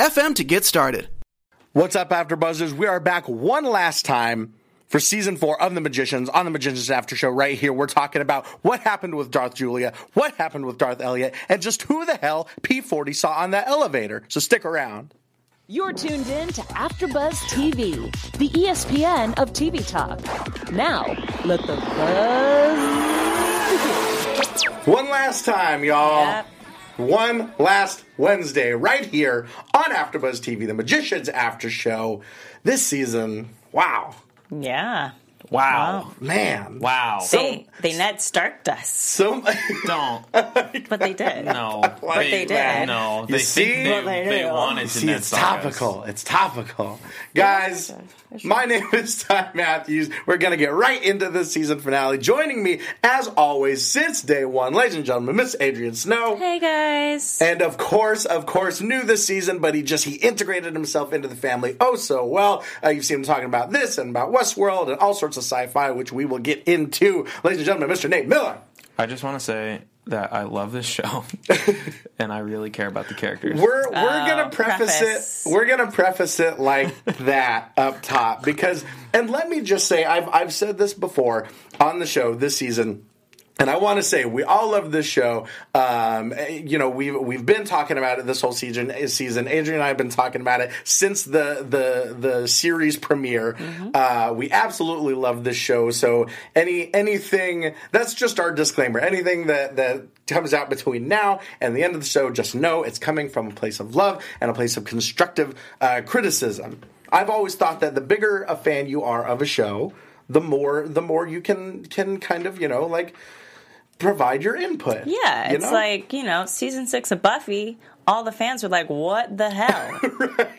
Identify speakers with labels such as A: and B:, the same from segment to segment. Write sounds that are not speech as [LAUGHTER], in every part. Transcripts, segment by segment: A: to get started.
B: What's up, After Buzzers? We are back one last time for season four of The Magicians on The Magicians After Show right here. We're talking about what happened with Darth Julia, what happened with Darth Elliot, and just who the hell P40 saw on that elevator. So stick around.
C: You're tuned in to AfterBuzz TV, the E ESPN of TV talk. Now, let the buzz [LAUGHS] begin.
B: One last time, y'all.
C: Yep.
B: One last Wednesday, right here on AfterBuzz TV, The Magicians After Show. This season, wow,
D: Yeah.
E: Wow.
B: man,
E: Wow.
D: They they net starked us,
B: So
E: Don't.
D: but they did.
E: No.
B: But
D: they did.
E: No.
B: You
E: They
B: see?
E: think they,
B: But
D: they
E: they
D: do.
E: wanted to
B: See,
E: net
B: it's
E: suck us.
B: topical. It's topical. Guys, my name is Ty Matthews. We're going to get right into the season finale. Joining me, as always, since day one, ladies and gentlemen, Miss Adrian Snow.
D: Hey guys.
B: And of course, of course, new this season, but he just he integrated himself into the family oh so well. Uh, you've seen him talking about this and about Westworld and all sorts of sci-fi, which we will get into. Ladies and gentlemen, Mr. Nate Miller.
E: I just want to say that I love this
B: [LAUGHS]
E: show, and I really care about the characters.
B: We're we're gonna preface,
D: preface.
B: it. We're gonna preface it like [LAUGHS] that up top because, and let me just say, I've I've said this before on the show this season. And I want to say we all love this show. Um, eh, you know we've we've been talking about it this whole season. eh, Season Adrian and I have been talking about it since the the the series premiere. Uh, we absolutely love this show. So any anything that's just our disclaimer. Anything that that comes out between now and the end of the show, just know it's coming from a place of love and a place of constructive uh, criticism. I've always thought that the bigger a fan you are of a show, the more the more you can can kind of you know like provide your input.
D: yeah,
B: you
D: it's
B: know?
D: like, you know, season 6 of Buffy, all the fans were like, "What the hell?"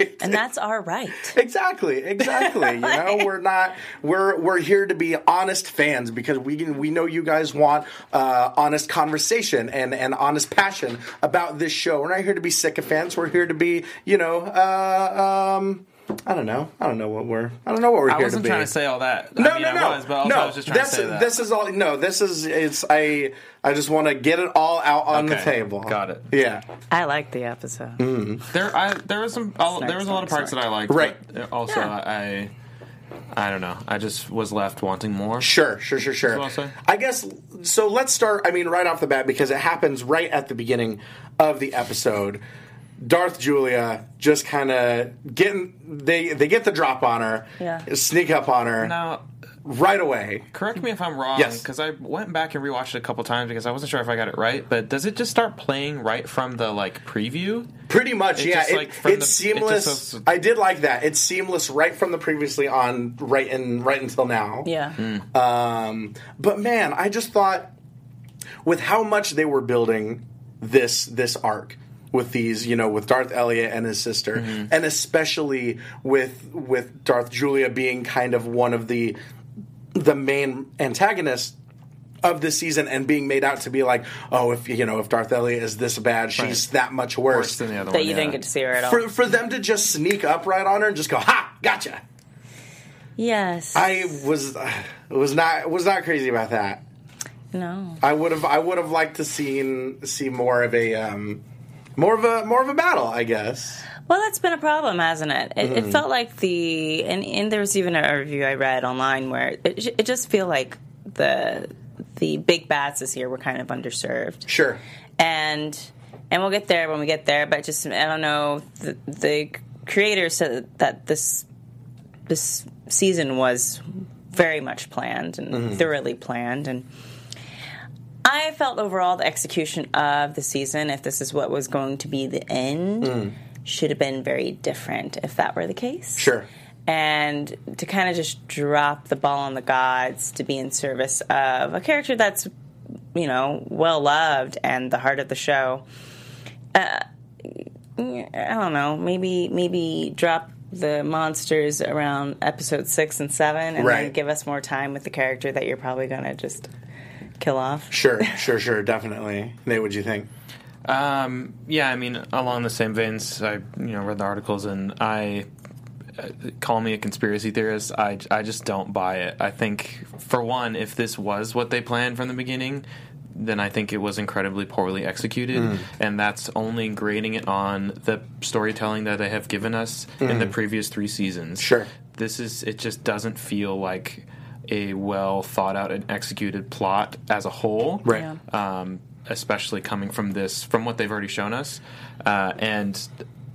B: [LAUGHS]
D: And that's our right.
B: Exactly, exactly. You know,
E: [LAUGHS]
B: we're not we're we're here to be honest fans because we can- we know you guys want uh, honest conversation and and honest passion about this show. We're not here to be sycophants. We're here to be you know. Uh, um, I don't know. I don't know what we're. I don't know what we're
E: I
B: here
E: wasn't
B: to be.
E: trying to say all that.
B: No,
E: I mean,
B: no,
E: I
B: no,
E: was, but also
B: no.
E: I was just trying
B: this,
E: to say that.
B: this is all. No, this is. It's. I. I just want to get it all out on the
E: Okay,
B: table.
E: got it.
B: Yeah.
D: I like the episode.
B: Mm.
E: there, I, there was some. I'll- there was a lot of parts that I liked.
B: Right.
E: but uh, Also,
D: Yeah.
E: I, I don't know. I just was left wanting more.
B: Sure. Sure. Sure. Sure.
E: That's what I'll say.
B: I guess. So let's start. I mean, right off the bat, because it happens right at the beginning of the episode. Darth Julia just kind of getting they they get the drop on her,
D: Yeah.
B: sneak up on her
E: Now,
B: right away.
E: correct me if I'm wrong.
B: Yes.
E: Because I went back and rewatched it a couple times because I wasn't sure if I got it right. But does it just start playing right from the like preview?
B: Pretty much,
E: It's
B: yeah.
E: just,
B: it-
E: like, from
B: it's
E: the- it
B: seamless.
E: just goes-
B: I did like that. It's seamless right from the previously on, right in right until now.
D: Yeah.
B: Um, but man, I just thought with how much they were building this this arc with these, you know, with Darth Elliot and his sister,
E: Mm-hmm.
B: and especially with with Darth Julia being kind of one of the the main antagonists of this season and being made out to be like, oh, if you know, if Darth Elliot is this bad, she's that much
E: Worse
B: worse.
E: than the other
D: That
E: one.
D: you didn't get to see her at all.
B: Oh, for for them to just sneak up right on her and just go, ha, gotcha.
D: yes.
B: I was [SIGHS] was not was not crazy about that.
D: no.
B: I would have I would have liked to seen see more of a um, more of a more of a battle, I guess.
D: Well, that's been a problem, hasn't it? It,
B: Mm.
D: it felt like the and, and there was even a review I read online where it, it just feel like the the big bats this year were kind of underserved.
B: Sure.
D: and and we'll get there when we get there. But just I don't know. The, the creator said that this this season was very much planned and thoroughly planned, and I felt overall the execution of the season, if this is what was going to be the end, should have been very different if that were the case
B: Sure.
D: and to kind of just drop the ball on the gods to be in service of a character that's you know well loved and the heart of the show uh, I don't know, maybe maybe drop the monsters around episode six and seven, and then
B: Right.
D: give us more time with the character that you're probably gonna just kill off.
B: Sure, sure, sure, definitely. Nate, what'd you think?
E: Um, yeah, I mean, along the same veins, I you know read the articles and I uh, call me a conspiracy theorist. I I just don't buy it. I think for one, if this was what they planned from the beginning. Then I think it was incredibly poorly executed,
B: Mm.
E: and that's only grading it on the storytelling that they have given us in the previous three seasons.
B: Mm. Sure.
E: this is it just doesn't feel like a well thought out and executed plot as a whole
B: Right. Yeah.
E: um, especially coming from this, from what they've already shown us. Uh, and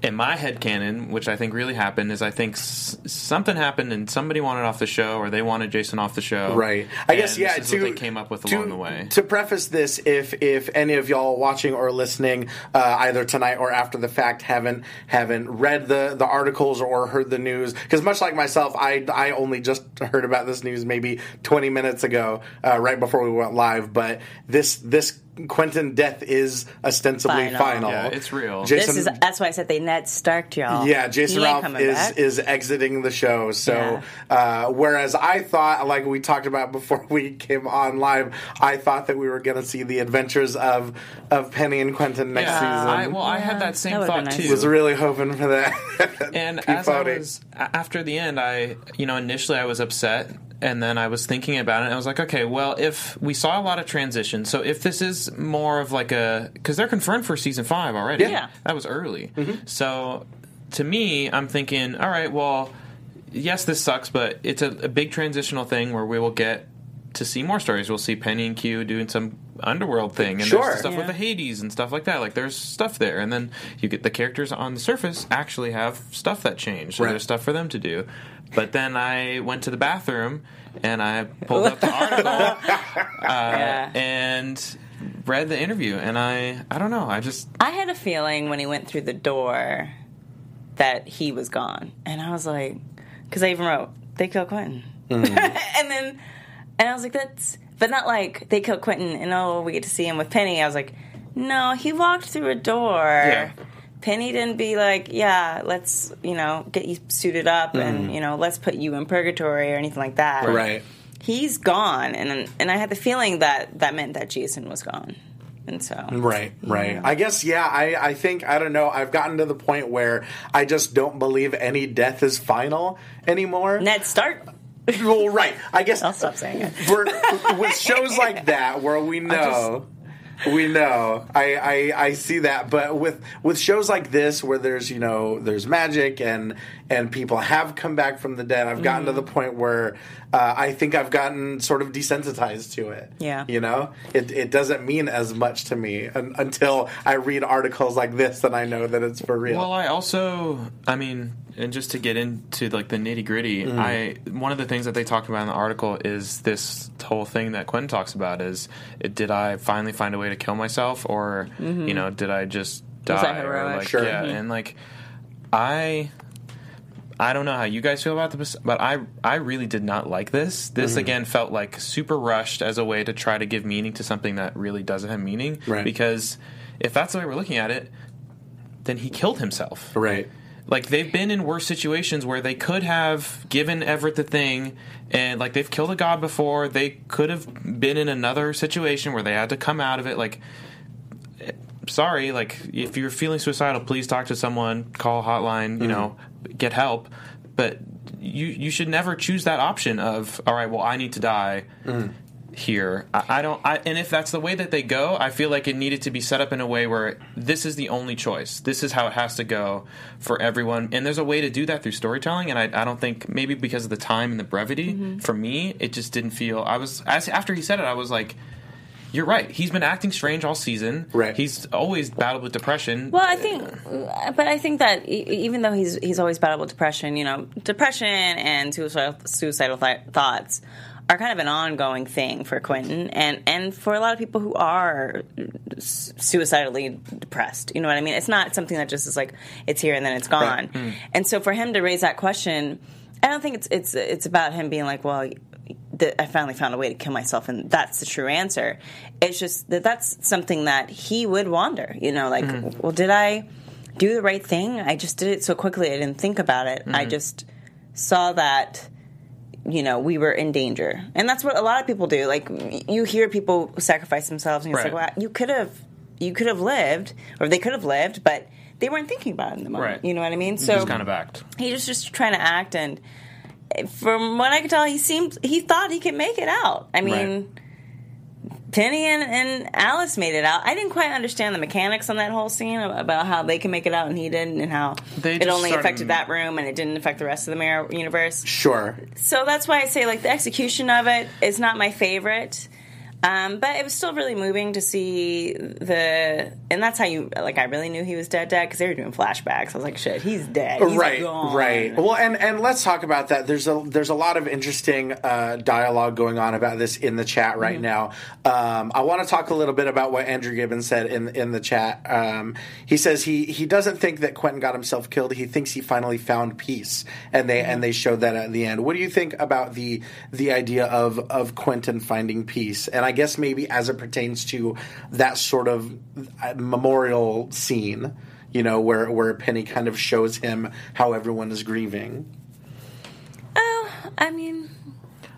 E: in my head canon, which I think really happened, is I think s- something happened and somebody wanted off the show or they wanted Jason off the show.
B: Right. I
E: And
B: guess yeah.
E: This is
B: to,
E: what they came up with
B: to-
E: along the way.
B: To preface this, if if any of y'all watching or listening, uh, either tonight or after the fact, haven't haven't read the the articles or heard the news, because much like myself, I I only just heard about this news maybe 20 minutes ago, uh, right before we went live. But this this Quentin death is ostensibly final.
D: Final.
E: Yeah, it's real.
D: This is that's why I said they Ned Stark y'all.
B: Yeah, Jason
D: He ain't
B: Ralph
D: coming
B: is
D: back.
B: is exiting the show. So uh, whereas I thought, like we talked about before [LAUGHS] we came on live, I thought that we were going to see the adventures of of Penny and Quentin next
E: Yeah, I,
B: season.
E: well, I had that same
D: That would've
E: thought
D: been nice.
E: too.
B: was really hoping for that. [LAUGHS]
E: and
B: Pea
E: as I
B: floating.
E: was a- after the end, I you know initially I was upset, and then I was thinking about it. and I was like, okay, well, if we saw a lot of transition, so if this is more of like a because they're confirmed for season five already.
D: Yeah.
E: that was early.
B: Mm-hmm.
E: So to me, I'm thinking, all right, well, yes, this sucks, but it's a, a big transitional thing where we will get. To see more stories, we'll see Penny and Q doing some underworld thing, and
B: Sure.
E: there's stuff with
D: Yeah.
E: the Hades and stuff like that. Like there's stuff there, and then you get the characters on the surface actually have stuff that changed. So
B: Right.
E: there's stuff for them to do. But then I went to the bathroom and I pulled up the article
D: yeah.
E: and read the interview, and I I don't know. I just
D: I had a feeling when he went through the door that he was gone, and I was like, because I even wrote they kill Quentin,
B: Mm-hmm.
D: [LAUGHS] and then and I was like that's, but not like they kill Quentin and oh we get to see him with Penny. I was like, no, he walked through a door.
E: Yeah.
D: Penny didn't be like, yeah, let's you know get you suited up and you know let's put you in purgatory or anything like that.
B: Mm-hmm. right.
D: He's gone, and and I had the feeling that that meant that Jason was gone, and so
B: Right, right. I guess, yeah, I, I think, I don't know, I've gotten to the point where I just don't believe any death is final anymore.
D: Ned Stark.
B: [LAUGHS] well, right. I guess
D: I'll stop saying it.
B: for with shows like that where we know we know I, I i see that but with with shows like this where there's you know there's magic and and people have come back from the dead i've gotten to the point where uh, i think i've gotten sort of desensitized to it
D: Yeah.
B: you know it, it doesn't mean as much to me un- until i read articles like this and i know that it's for real
E: Well, I also, I mean, and just to get into like the nitty gritty, I one of the things that they talked about in the article is this whole thing that Quentin talks about is uh, did I finally find a way to kill myself, or you know, did I just die?
D: Was that
E: or,
D: heroic?
E: like,
B: Sure.
E: Yeah, and like I. I don't know how you guys feel about this, but I I really did not like this. This again felt like super rushed as a way to try to give meaning to something that really doesn't have meaning.
B: Right.
E: Because if that's the way we're looking at it, then he killed himself.
B: right
E: Like they've been in worse situations where they could have given Everett the thing, and like they've killed a god before. They could have been in another situation where they had to come out of it. Like, eh, sorry, like if you're feeling suicidal, please talk to someone, call hotline, you know, get help. But you you should never choose that option of all right, well I need to die here. I, I don't. I, and if that's the way that they go, I feel like it needed to be set up in a way where this is the only choice. This is how it has to go for everyone. And there's a way to do that through storytelling. And I, I don't think maybe because of the time and the brevity, for me, it just didn't feel. I was as after he said it, I was like. You're right. He's been acting strange all season.
B: Right.
E: He's always battled with depression.
D: Well, I think, but I think that e- even though he's he's always battled with depression, you know, depression and suicidal suicidal th- thoughts are kind of an ongoing thing for Quentin and and for a lot of people who are s- suicidally depressed. You know what I mean? It's not something that just is like it's here and then it's gone. And so for him to raise that question, I don't think it's it's it's about him being like, well, that I finally found a way to kill myself, and that's the true answer.
E: Mm-hmm.
D: It's just that that's something that he would wonder, you know, like, well, did I do the right thing. I just did it so quickly. I didn't think about it.
E: Mm-hmm.
D: I just saw that you know we were in danger, and that's what a lot of people do. Like y- you hear people sacrifice themselves, and it's
E: Right.
D: like, wow, you could have, you could have lived, or they could have lived, but they weren't thinking about it in the moment.
E: Right.
D: You know what I mean? So
E: Just kind of act.
D: he was just trying to act and from what i could tell he seemed he thought he could make it out i mean penny and, and alice made it out i didn't quite understand the mechanics on that whole scene ab- about how they can make it out and he didn't and how
E: They
D: it
E: just
D: only
E: started-
D: affected that room and it didn't affect the rest of the mirror universe
B: Sure.
D: so that's why i say like the execution of it is not my favorite um, but it was still really moving to see the, and that's how you like. I really knew he was dead, dead because they were doing flashbacks. I was like, "Shit, he's dead." He's
B: right,
D: gone.
B: right. Well, and and let's talk about that. There's a there's a lot of interesting uh, dialogue going on about this in the chat
D: Mm-hmm.
B: right now. Um, I want to talk a little bit about what Andrew Gibbons said in in the chat. Um, he says he he doesn't think that Quentin got himself killed. He thinks he finally found peace, and they
D: Mm-hmm.
B: and they showed that at the end. What do you think about the the idea of of Quentin finding peace? And I guess maybe as it pertains to that sort of uh, memorial scene you know, where where Penny kind of shows him how everyone is grieving.
D: Oh, I mean,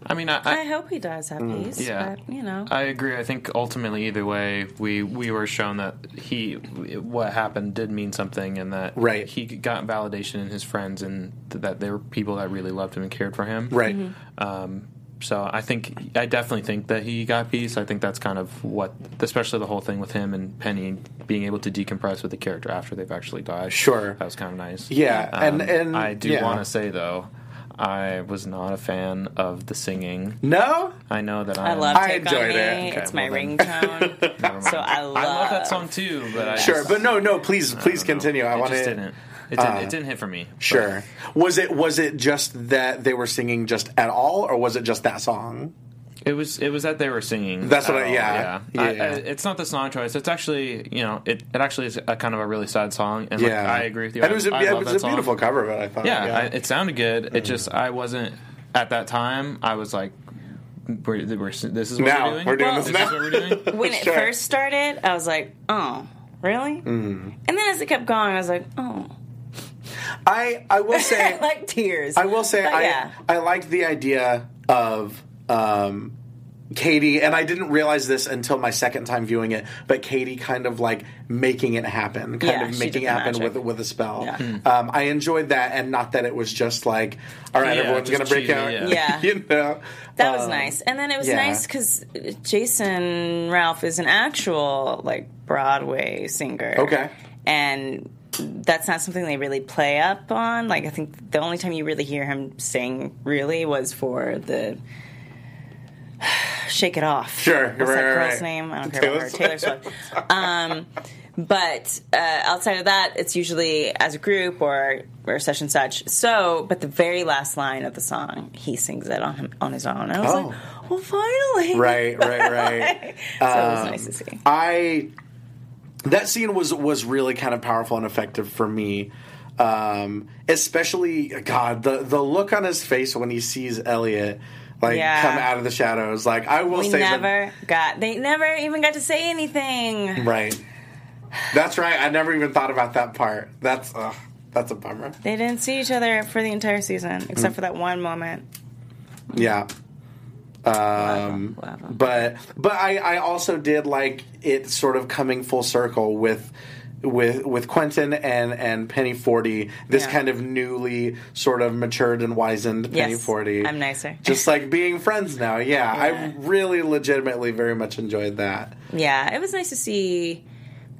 E: I mean, I,
D: I
E: I,
D: hope he does have
B: Mm,
D: peace,
E: Yeah.
D: but you know,
E: I agree. I think ultimately, either way, we we were shown that he what happened did mean something, and that
B: Right.
E: he got validation in his friends, and th- that they were people that really loved him and cared for him.
B: Right.
E: Um, so I think I definitely think that he got peace. I think that's kind of what, especially the whole thing with him and Penny being able to decompress with the character after they've actually died.
B: Sure.
E: that was kind of nice.
B: Yeah, and- and-
E: Um, I do
B: yeah.
E: want to say though, I was not a fan of the singing.
B: No?
E: I know that
D: I
E: I'm,
D: love
B: I
D: Take on
B: enjoyed
D: Me.
B: it.
D: it's my
E: Okay, well then.
B: [LAUGHS]
D: ringtone, so I love,
E: I love that song too, but I
B: Sure,
E: just,
B: but no, no, please please continue. I Uh,
E: it
B: want
E: just
B: to
E: didn't. It didn't, it didn't hit for me. but-
B: Sure. Was it was it just that they were singing just at all or was it just that song?
E: It was it was that they were singing.
B: That's what I-
E: Oh,
B: yeah.
E: yeah. I-
B: Yeah.
E: I- it's not the song choice. It's actually you know it, it actually is a kind of a really sad song. And like,
B: Yeah.
E: I agree with you.
B: And
E: I-
B: it was a,
E: I
B: it
E: love
B: was
E: that
B: a
E: song.
B: beautiful cover of it, I thought.
E: Yeah, I, it sounded good. It just I wasn't at that time. I was like, we're, we're, this is what
B: Now,
E: we're doing.
B: we're doing
E: this
B: this now.
E: is what we're
B: [LAUGHS]
E: doing.
D: when it
B: Sure.
D: first started, I was like, oh, really?
B: Mm.
D: And then as it kept going, I was like, oh,
B: I, I
D: [LAUGHS]
B: will say
D: like tears.
B: I will say
D: But
B: I
D: yeah.
B: I liked the idea of um, Katie, and I didn't realize this until my second time viewing it. But Katie kind of like making it happen, kind
D: Yeah,
B: of
D: she
B: making
D: did
B: it
D: the
B: happen
D: magic.
B: with with a spell.
D: Yeah.
E: Hmm.
B: Um, I enjoyed that, and not that it was just like, all right,
E: Yeah,
B: everyone's
E: just
B: gonna break
E: cheesy,
B: out.
E: yeah.
B: [LAUGHS]
D: Yeah.
B: you know,
D: That was
B: Um,
D: nice. And then it was
B: yeah.
D: nice because Jason Ralph is an actual like Broadway singer.
B: Um, Okay.
D: And that's not something they really play up on. Like I think the only time you really hear him sing really was for the [SIGHS] Shake It Off.
B: Sure,
D: What's
B: right,
D: that
B: right,
D: girl's
B: right.
D: name? I don't care
B: Taylor
D: about her. Taylor Swift. Um but uh, outside of that, it's usually as a group or or such and such. So, but the very last line of the song, he sings it on him, on his own. I was
B: Oh.
D: like, well, finally,
B: Right,
D: [LAUGHS]
B: right, right. Um,
D: so it was nice to see.
B: I that scene was was really kind of powerful and effective for me. Um, especially God, the the look on his face when he sees Elliot like
D: Yeah.
B: come out of the shadows. Like I will
D: We
B: say that-
D: never got. They never even got to say
B: [LAUGHS]
D: anything.
B: right. That's right. I never even thought about that part. That's uh, that's a bummer.
D: They didn't see each other for the entire season,
B: Mm.
D: except for that one moment.
B: Yeah. Um,
D: Love 'em, love 'em.
B: but but I, I also did like it sort of coming full circle with with with Quentin and and Penny Forty, this
D: Yeah.
B: kind of newly sort of matured and wizened Penny
D: Yes,
B: Forty.
D: I'm nicer.
B: Just like being friends now. Yeah,
D: [LAUGHS] Yeah.
B: I really legitimately very much enjoyed that.
D: Yeah, it was nice to see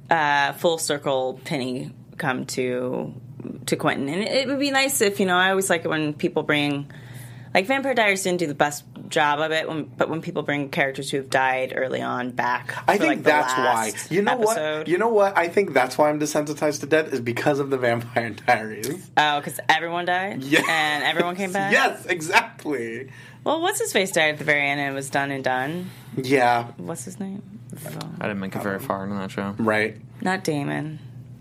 D: uh, full circle Penny come to to Quentin, and it, it would be nice if you know. I always like it when people bring like Vampire Diaries didn't do the best job of it, when, but when people bring characters who have died early on back,
B: I
D: for,
B: think
D: like, the
B: that's why.
D: last
B: You know
D: episode.
B: what? You know what? I think that's why I'm desensitized to death is because of the Vampire [LAUGHS] Diaries.
D: oh, because everyone died,
B: Yes.
D: and
B: [LAUGHS]
D: everyone came back.
B: Yes, exactly.
D: Well, what's his face died at the very end and was done and done.
B: Yeah,
D: What's his name?
E: I didn't make it very far in that show.
B: right.
D: Not Damon.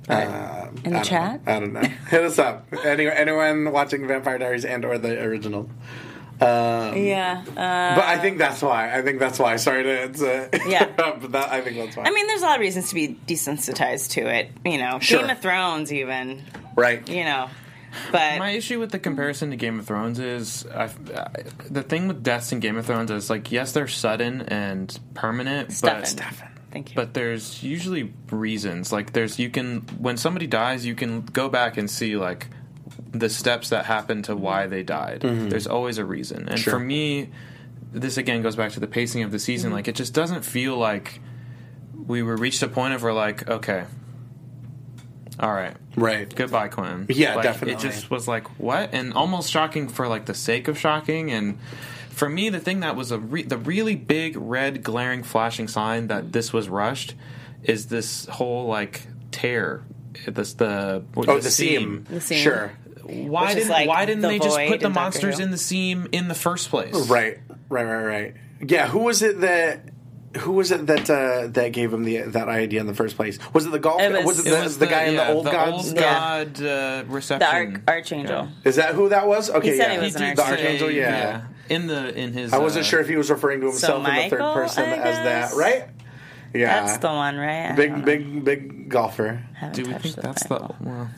B: Uh,
D: In the
B: I don't
D: chat?
B: [LAUGHS] know. I don't know. Hit us up. Any, anyone watching Vampire Diaries and or the original. Um,
D: Yeah. Uh,
B: but I think that's why. I think that's why. Sorry to, it's, uh, [LAUGHS]
D: Yeah.
B: but that, I think that's why.
D: I mean, there's a lot of reasons to be desensitized to it. You know,
B: Sure.
D: Game of Thrones, even.
B: right?
D: You know, but
E: My issue with the comparison to Game of Thrones is I, I- the thing with deaths in Game of Thrones is like yes, they're sudden and permanent,
D: Stefan.
E: but
D: Thank you.
E: but there's usually reasons. Like there's you can when somebody dies, you can go back and see like the steps that happened to why they died. There's always a reason. And
B: Sure.
E: for me, this again goes back to the pacing of the season. Like it just doesn't feel like we were reached a point of where like okay, all right,
B: Right.
E: goodbye quinn
B: Yeah,
E: Like, it
B: definitely.
E: just was like what and almost shocking for like the sake of shocking and for me the thing that was a re- the really big red glaring flashing sign that this was rushed is this whole like tear this the what-
B: Oh, the seam.
D: The seam.
B: Sure.
E: why
D: Which is
E: didn't
D: like
E: why didn't
D: the
E: they just
D: void
E: put the
D: in Doctor
E: monsters
D: Who.
E: in the seam in the first place
B: Right. Right. Right. Right. Yeah. Who was it that? Who was it that uh, that gave him the that idea in the first place? Was it the golf?
D: It
B: Was,
D: was-
B: it,
E: It
B: the,
E: was
B: the guy in
E: yeah,
B: the old gods?
E: old
D: Yeah.
E: god uh,
D: the
E: reception
D: arch- archangel.
E: Yeah.
B: Is that who that was? Okay,
D: said
B: yeah.
D: he was an
E: He did
B: the
D: archangel.
B: archangel.
E: say-
B: Yeah.
E: in the in his
B: I wasn't
E: uh,
B: sure if he was referring to himself in the
D: Michael,
B: third person
D: I
B: as that,
D: guess?
B: right? Yeah,
D: That's the one, right? I don't
B: big,
D: know.
B: big, big golfer.
D: I haven't
E: do we
D: touched
E: think
D: the
E: that's the
D: Bible.
E: well,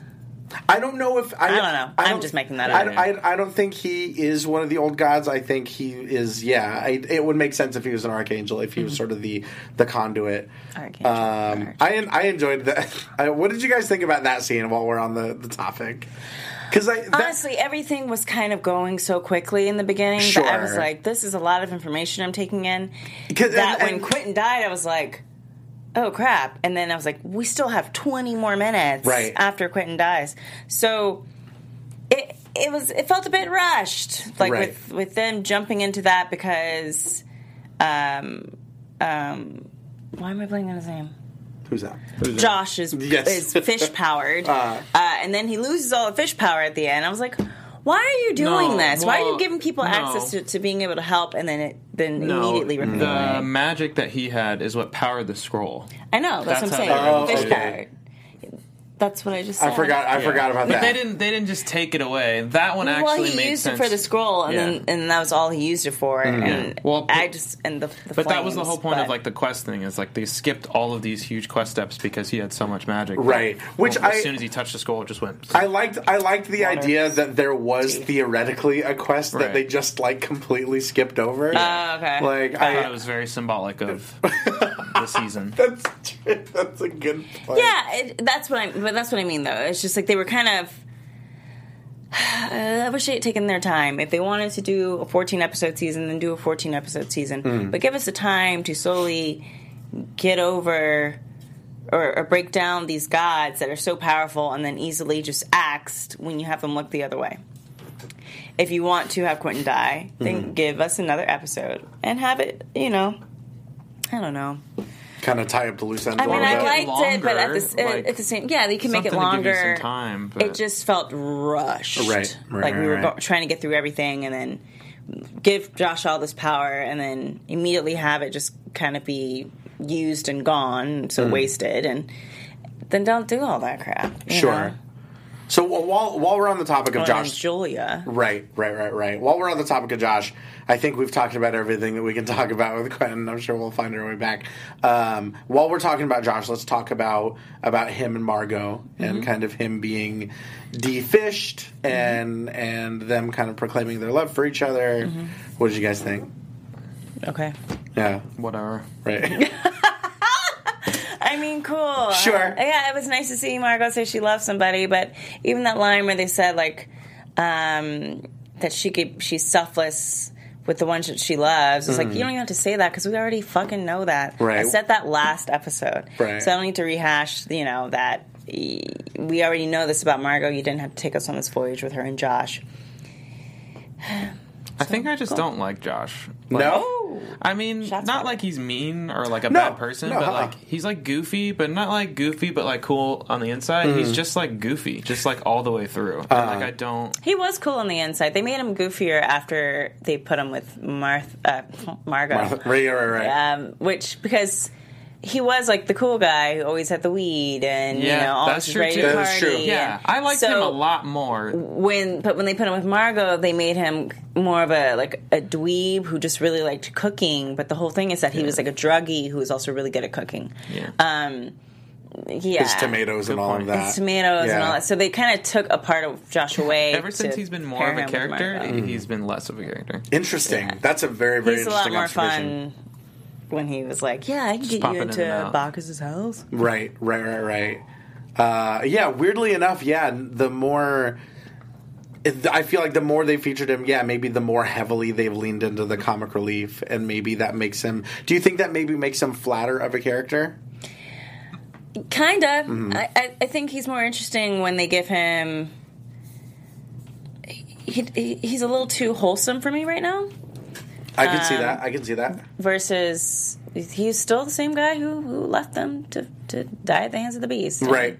B: I don't know if I,
D: I don't know. I'm just making that
B: I-
D: up.
B: I, I, don't think he is one of the old gods. I think he is. Yeah, I, it would make sense if he was an archangel, if he
D: Mm-hmm.
B: was sort of the the conduit.
D: Archangel.
B: Um, I en- I enjoyed that. [LAUGHS] I, what did you guys think about that scene while we're on the, the topic? Because I that,
D: Honestly, everything was kind of going so quickly in the beginning that I was
B: Sure.
D: like, "This is a lot of information I'm taking in."
B: 'Cause-
D: That
B: and-
D: when
B: and-
D: Quentin died, I was like, "Oh crap!" And then I was like, "We still have 20 more minutes
B: Right.
D: after Quentin dies." So it it was it felt a bit rushed, like
B: Right.
D: with with them jumping into that because, um, um, why am I blanking on his name?
B: who's that?
D: Josh is
B: Yes.
D: is fish
E: [LAUGHS]
D: powered,
B: Uh.
D: uh, and then he loses all the fish power at the end. I was like, why are you doing
E: No,
D: this? why are
E: well,
D: you giving people
E: no.
D: access to, to being able to help and then it then
E: No,
D: immediately ripping
E: the
D: away?
E: magic that he had is what powered the scroll.
D: I know that's,
E: That's
D: what I'm saying.
E: how
B: they were
D: fish
B: able to-
D: powered. That's what I just. said.
B: I forgot. I forgot about
E: but
B: that.
E: They didn't. They didn't just take it away. That one
D: well,
E: actually
D: he
E: made
D: used
E: sense.
D: it for the scroll, and
E: Yeah.
D: then and that was all he used it for. And
E: Yeah. Well,
D: I just and the, the
E: but that was the
D: flames,
E: whole point of
D: but-
E: like the quest thing is like they skipped all of these huge quest steps because he had so much magic.
B: Right.
E: Well,
B: Which
E: as
B: I-
E: soon as he touched the scroll, it just went.
B: I liked I liked the idea that there was theoretically a quest that
E: Right.
B: they just like completely skipped over.
D: Oh, okay.
B: Like
E: I thought it
B: I,
E: was very symbolic [LAUGHS] of the season.
B: that's true. that's a good point.
D: Yeah, it, that's what I. But that's what I mean, though. It's just like they were kind of. [SIGHS] I wish they had taken their time. If they wanted to do a 14 episode season, then do a 14 episode season. But give us the time to slowly get over or, or break down these gods that are so powerful and then easily just axed when you have them look the other way. If you want to have Quentin die, then give us another episode and have it, you know, I don't know.
B: Kind of tie up the loose end.
D: I mean,
E: Well,
D: I
E: make it
D: liked it, but at
E: longer,
D: the,
E: like,
D: at the same, yeah, you can make it
E: something to
D: longer.
E: give you some time, but-
D: It just felt rushed,
B: Right, right,
D: like we were
B: right,
D: go-
B: right.
D: trying to get through everything, and then give Josh all this power, and then immediately have it just kind of be used and gone, so
B: Mm.
D: wasted, and then don't do all that crap. you
B: sure.
D: know?
B: So well, while while we're on the topic of
D: Well, and
B: Josh,
D: Julia.
B: right, right, right, right. While we're on the topic of Josh, I think we've talked about everything that we can [LAUGHS] talk about with Quentin. I'm sure we'll find our way back. Um, while we're talking about Josh, let's talk about about him and Margot
D: Mm-hmm.
B: and kind of him being defished and
D: Mm-hmm.
B: and them kind of proclaiming their love for each other. What did you guys think?
D: Okay,
B: Yeah,
E: Whatever.
D: [LAUGHS]
B: right.
D: I mean, cool. Uh,
B: Sure.
D: Yeah, it was nice to see Margot say she loves somebody, but even that line where they said like um, that she could, she's selfless with the ones that she loves. It's like you don't even have to say that because we already fucking know that. I
B: Mm. Right.
D: said that last episode,
B: Right.
D: so I don't need to rehash. You know that e- we already know this about Margot. You didn't have to take us on this voyage with her and Josh.
E: I think I just don't like Josh. Like,
B: no,
E: I mean,
D: Shots fired.
E: not like he's mean or like a
B: No,
E: bad person,
B: no,
E: but
B: uh-uh.
E: like he's like goofy, but not like goofy, but like cool on the inside.
B: Mm-hmm.
E: He's just like goofy, just like all the way through. And,
B: Uh-huh.
E: like I don't.
D: He was cool on the inside. They made him goofier after they put him with Marth, uh, Margot.
B: right, right, right.
D: um, which because he was like the cool guy who always had the weed and
E: Yeah,
D: you know always
E: that's true,
D: ready
E: too.
D: to
B: That's
D: party.
B: true.
D: and-
E: Yeah, I liked
D: so
E: him a lot more.
D: When but when they put him with Margot, they made him more of a like a dweeb who just really liked cooking. But the whole thing is that he was like a druggie who was also really good at cooking.
E: Yeah.
D: Um, yeah,
B: His tomatoes and all
E: point.
B: of that.
D: His tomatoes and
B: Yeah.
D: all that. So they kind of took a part of Josh away.
E: Ever since
D: to
E: he's been
D: pair
E: more of
D: him
E: a
D: with
E: character,
D: Margot.
E: he's been less of a character.
B: Interesting. That's a very very
D: He's a lot
B: interesting
D: more
B: observation.
D: fun when he was like, "Yeah, I can get
E: popping
D: you
E: in
D: into
E: and out.
D: Bacchus's house."
B: Right, right, right, right. Uh, yeah, weirdly enough, yeah, the more. I feel like the more they featured him, yeah, maybe the more heavily they've leaned into the comic relief, and maybe that makes him. Do you think that maybe makes him flatter of a character?
D: Kinda.
B: Mm-hmm.
D: I, I, I think he's more interesting when they give him. He, he, he's a little too wholesome for me right now.
B: I can see
D: Um,
B: that. I can see that.
D: Versus, he's still the same guy who, who left them to, to die at the hands of the beast. and
B: Right.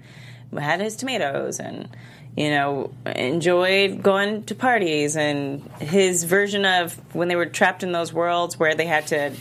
D: Had his tomatoes and, you know, enjoyed going to parties and his version of when they were trapped in those worlds where they had to,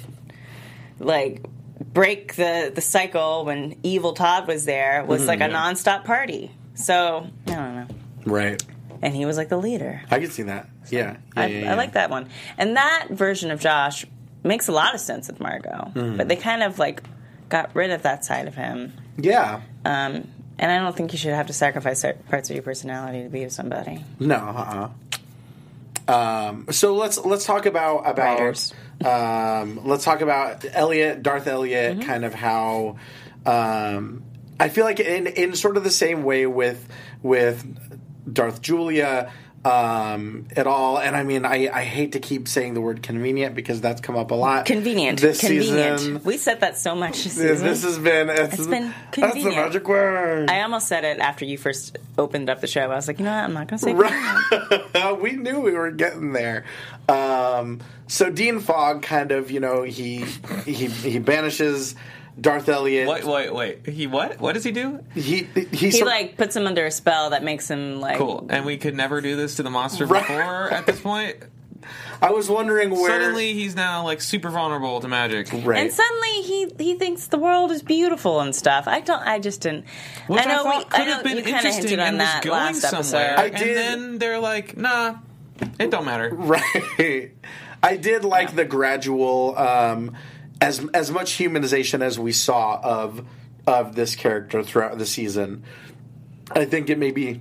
D: like, break the, the cycle when evil Todd was there was like a nonstop party. So, I don't know.
B: Right.
D: And he was like the leader.
B: I can see that. Yeah.
D: I,
B: Yeah, yeah,
D: I
B: yeah.
D: like that one. And that version of Josh makes a lot of sense with Margot, but they kind of like got rid of that side of him.
B: Yeah.
D: Um, and I don't think you should have to sacrifice cer- parts of your personality to be with somebody.
B: No. Uh. uh Um. So let's let's talk about about.
D: Writers.
B: um, let's talk about Elliot, Darth Elliot,
D: Mm-hmm.
B: kind of how um, I feel like in in sort of the same way with with Darth Julia um at all and i mean i i hate to keep saying the word convenient because that's come up a lot
D: Convenient.
B: this
D: convenient.
B: season
D: We said that so much this
B: this,
D: season.
B: this has been it's,
D: It's been
B: that's the
D: convenient.
B: magic word
D: I almost said it after you first opened up the show. I was like, you know what? I'm not going to say
B: Uh, [LAUGHS] we knew we were getting there. Um, so Dean Fogg kind of, you know, he he he banishes Darth Elliot.
E: Wait, wait, wait. He what? What does he do?
B: He he,
D: He
B: sort-
D: like puts him under a spell that makes him like
E: Cool. And we could never do this to the monster
B: Right.
E: before. At this point,
B: I was wondering [LAUGHS] where
E: suddenly he's now like super vulnerable to magic.
B: right.
D: And suddenly he he thinks the world is beautiful and stuff. I don't. I just didn't.
E: Which I,
D: know
E: thought
D: we.
E: could
D: I know
E: have been
D: you kind of
E: interesting
D: hinted on
E: and was
D: that
E: going
D: last
E: somewhere.
B: I
D: episode.
B: did-
E: And then they're like, nah, it don't matter.
B: right. I did like the gradual um, as as much humanization as we saw of of this character throughout the season. I think it maybe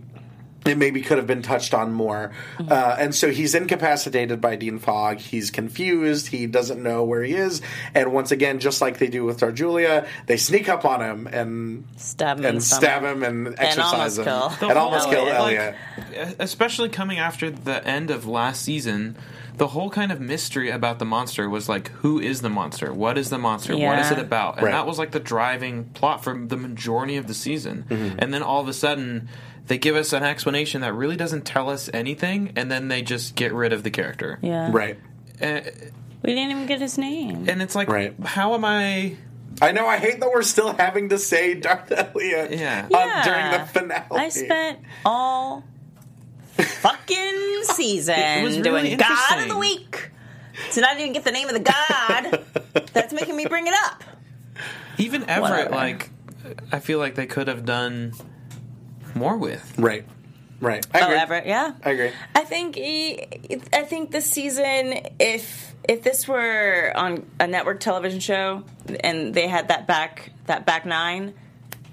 B: it maybe could have been touched on more.
D: Mm-hmm.
B: Uh, and so he's incapacitated by Dean Fogg. He's confused. He doesn't know where he is. And once again, just like they do with Darjulia, they sneak up on him and
D: Stab him in the
B: and stab
D: stomach.
B: him and
D: almost
B: exercise him
D: kill.
B: and almost kill
D: Elliot.
B: Elliot.
E: Like, especially coming after the end of last season, the whole kind of mystery about the monster was like, who is the monster? What is the monster? What is
D: Yeah.
E: it about? And
B: Right.
E: that was like the driving plot for the majority of the season.
B: Mm-hmm.
E: And then all of a sudden, they give us an explanation that really doesn't tell us anything, and then they just get rid of the character.
D: Yeah.
B: Right.
E: And,
D: We didn't even get his name.
E: and it's like,
B: Right.
E: how am I?
B: I know. I hate that we're still having to say Darth Elliot
E: Yeah.
B: on- during the finale.
D: I spent all
B: [LAUGHS]
D: fucking season
E: was really
D: doing God of the
E: interesting.
D: Week. To not even get the name of the god,
B: [LAUGHS]
D: that's making me bring it up.
E: Even Everett,
D: Whatever.
E: like, I feel like they could have done more with.
B: right, right. I
D: Oh,
B: agree.
D: Everett, yeah.
B: I agree.
D: I think he, I think this season, if if this were on a network television show and they had that back that back nine,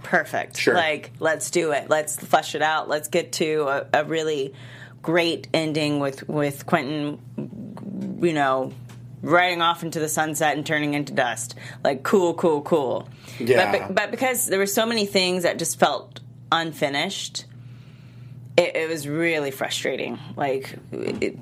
D: perfect.
B: Sure.
D: Like, let's do it. Let's flesh it out. Let's get to a, a really great ending with with Quentin. You know. Riding off into the sunset and turning into dust, like cool, cool, cool.
B: Yeah.
D: But, but because there were so many things that just felt unfinished, it, it was really frustrating. Like it,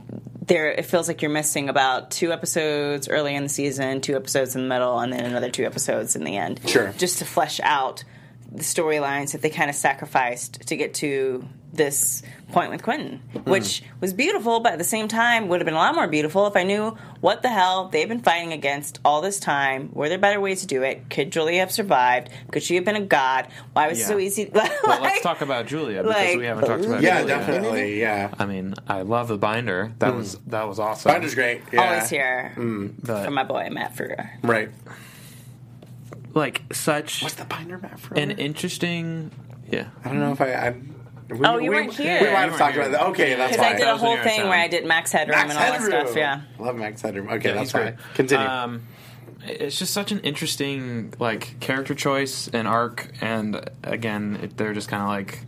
D: there, it feels like you're missing about two episodes early in the season, two episodes in the middle, and then another two episodes in the end.
B: Sure.
D: just to flesh out the storylines that they kind of sacrificed to get to this point with Quentin,
E: Hmm.
D: which was beautiful, but at the same time would have been a lot more beautiful if I knew what the hell they've been fighting against all this time. Were there better ways to do it? Could Julia have survived? Could she have been a god? Why was it so
E: Yeah.
D: easy?
E: Well,
D: [LAUGHS]
E: let's talk about Julia because
D: like-
E: we haven't talked about
B: Yeah,
E: Julia. Hmm.
B: definitely. Yeah,
E: I mean, I love the binder. That was that was awesome. Hmm.
B: Binder's great. Yeah.
D: always here
E: But
D: for my boy Matt Freer.
B: Right.
E: like such
B: What's the binder map for?
E: an interesting. Yeah,
B: I don't know if I. I we,
D: Oh,
B: we-
D: you weren't here.
B: We might
E: You
B: have
E: weren't
B: talked
E: here.
B: about that. Okay, that's
D: Because I
B: fine.
D: did a
E: was in
D: whole
E: your
D: thing
E: town.
D: where I did Max Headroom
B: Max
D: and all that
B: Headroom.
D: stuff. Yeah.
B: love Max Headroom. Okay, that's
E: he's
B: fine.
E: great.
B: Continue.
E: Um, it's just such an interesting like character choice and arc, and again, it, they're just kind of like,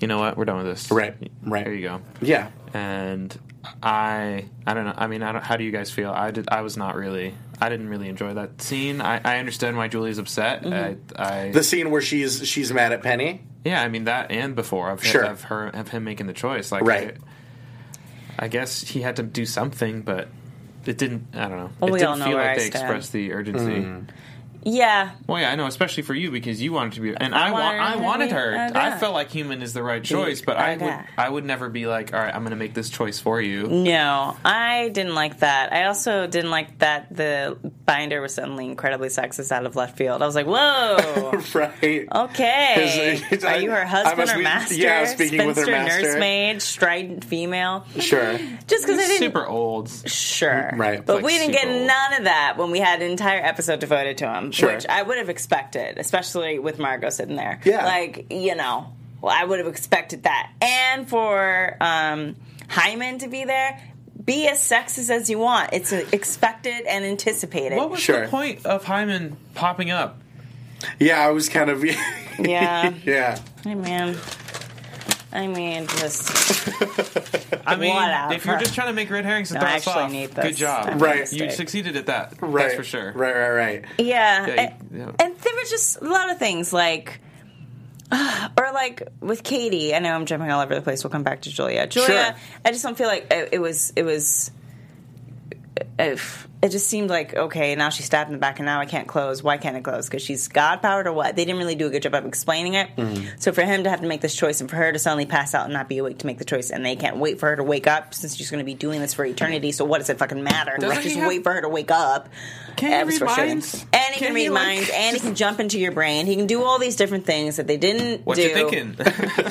E: you know what, we're done with this.
B: Right, right.
E: There you go.
B: yeah,
E: And I, I don't know. I mean, I don't, how do you guys feel? I did. I was not really. I didn't really enjoy that scene. I, I understand why Julie's upset.
D: Mm-hmm.
E: I, I
B: the scene where she's she's mad at Penny. [LAUGHS]
E: yeah. I mean that, and before of,
B: Sure.
E: of her of him making the choice. Like
B: Right.
E: I, I guess he had to do something, but it didn't. I don't know.
D: Well,
E: it
D: we
E: didn't
D: all know
E: feel
D: where
E: like
D: I
E: they
D: stand.
E: expressed the urgency.
B: Mm.
D: Yeah.
E: Well, yeah, I know, especially for you because you wanted to be, and I,
D: wanted
E: want, I
D: her to
E: wanted
D: be-
E: her.
D: uh,
E: I
D: that.
E: felt like human is the right choice, but I
D: uh,
E: would,
D: that.
E: I would never be like, all right, I'm going to make this choice for you.
D: No, I didn't like that. I also didn't like that the binder was suddenly incredibly sexist out of left field. I was
B: [LAUGHS]
D: like, whoa.
B: Right.
D: Oh. Okay.
B: Is- is-
D: Are you her
B: I
D: husband
B: must
D: or
B: be-
D: master?
B: yeah, I was speaking with her
D: Spinster,
B: master.
D: nursemaid, strident female.
B: Sure.
D: Just because I didn't.
E: Super old.
D: Sure.
B: Right.
D: But
E: Like
D: we didn't get
E: super old.
D: none of that when we had an entire episode devoted to him,
B: Sure.
D: which I would have expected, especially with Margot sitting there.
B: Yeah.
D: Like, you know, well, I would have expected that. And for um, Hyman to be there, be as sexist as you want. It's uh, expected and anticipated.
E: What was
B: Sure.
E: the point of Hyman popping up?
B: Yeah, I was kind of. [LAUGHS]
D: [LAUGHS]
E: [LAUGHS]
D: yeah.
B: yeah.
D: I mean, I mean, just.
E: I mean,
D: Whatever.
E: if you're just trying to make red herrings and
D: No,
E: throw
D: I
E: us
D: actually
E: off,
D: need this.
E: good job.
B: Right.
E: You succeeded at that.
B: Right.
E: That's for sure.
B: Right. Right. Right.
D: Yeah.
E: Yeah,
D: and,
E: you- yeah.
D: and there were just a lot of things like. [SIGHS] Or like with Katie, I know I'm jumping all over the place. We'll come back to Julia. Julia, I just don't feel like it, it was. It was. It, it just seemed like okay. Now she's stabbed in the back, and now I can't close. Why can't it close? Because she's god powered or what? They didn't really do a good job of explaining it.
E: Mm-hmm.
D: So for him to have to make this choice, and for her to suddenly pass out and not be awake to make the choice, and they can't wait for her to wake up since she's going to be doing this for eternity. So what does it fucking matter?
E: Doesn't he
D: just
E: have-
D: wait for her to wake up.
E: Can
D: That
E: he
D: was
E: read
D: frustrating.
E: minds?
D: And he can,
E: Can
D: read
E: he, like,
D: minds, and he can jump into your brain. He can do all these different things that they didn't
E: What
D: do.
B: [LAUGHS]
E: you thinking?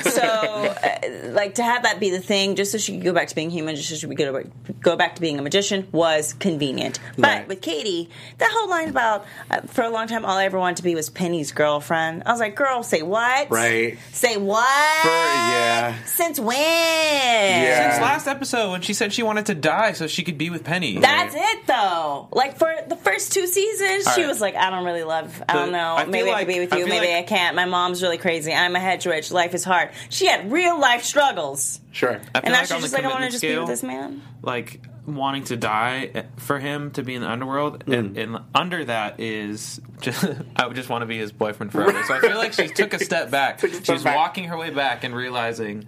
D: [LAUGHS] so, uh, like to have that be the thing, just so she could go back to being human, just so she could go back- go back to being a magician, was convenient. But
B: Right.
D: with Katie, that whole line about uh, for a long time, all I ever wanted to be was Penny's girlfriend. I was like, girl, say what?
B: Right.
D: Say what?
B: For- yeah.
D: Since when?
B: Yeah.
E: Since last episode, when she said she wanted to die so she could be with Penny.
D: That's it, though. Like for the first two seasons,
E: All
D: she
E: right.
D: was like, "I don't really love. I
E: The-
D: don't know.
E: I feel
D: maybe I
E: like-
D: could be with
E: I
D: you.
E: feel
D: maybe
E: like-
D: I can't. My mom's really crazy. I'm a hedge witch. Life is hard." She had real life struggles,
B: Sure.
E: I
D: and
E: feel
D: now she's
E: on the
D: just like, "I want to
E: commitment
D: just be
E: scale-
D: with this man."
E: like wanting to die for him to be in the underworld, and,
B: Mm.
E: and under that is just [LAUGHS] I would just want to be his boyfriend forever. So I feel like she took
B: [LAUGHS]
E: a step back.
B: Took a step
E: She's
B: back.
E: walking her way back and realizing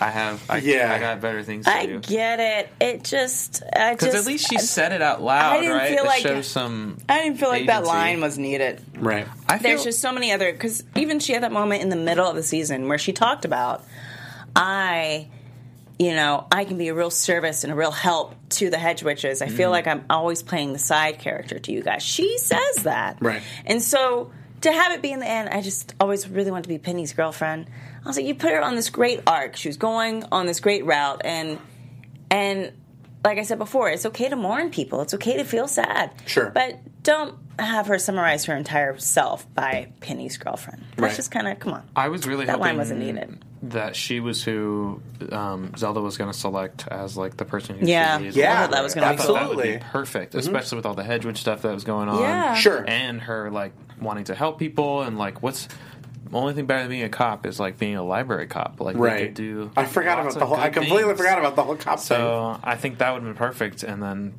E: I have I,
B: Yeah.
E: I got better things to
D: I
E: do.
D: get it. It just, I
E: Because
D: just,
E: at least she said it out loud,
D: I didn't
E: right?
D: feel
E: it
D: like-
E: shows some.
D: I didn't feel like that
E: agency.
D: line was needed.
B: Right.
E: I feel,
D: There's just so many other because even she had that moment in the middle of the season where she talked about I, you know, I can be a real service and a real help to the hedge witches. I feel like I'm always playing the side character to you guys. She says that,
B: Right.
D: And so to have it be in the end, I just always really want to be Penny's girlfriend. I was like, you put her on this great arc. She was going on this great route, and and like I said before, it's okay to mourn people. It's okay to feel sad.
B: Sure.
D: But don't have her summarize her entire self by Penny's girlfriend. That's
B: Right.
D: just kind of, come on.
E: I was really
D: That
E: hoping
D: line wasn't needed.
E: that she was who um, Zelda was going to select as like the person who
D: Yeah.
E: should lead.
D: Yeah. I
B: Yeah.
D: thought that was gonna
E: I
D: be
E: thought
D: cool.
E: that would be
B: absolutely. Mm-hmm.
E: perfect, especially with all the Hedwig stuff that was going on.
D: Yeah.
B: Sure.
E: And her like wanting to help people and like what's the only thing better than being a cop is like being a library cop. Like they
B: Right.
E: could do.
B: I forgot about
E: lots
B: the
E: of
B: whole. I
E: good
B: completely
E: things.
B: forgot about the whole cop thing.
E: So I think that would have been perfect, and then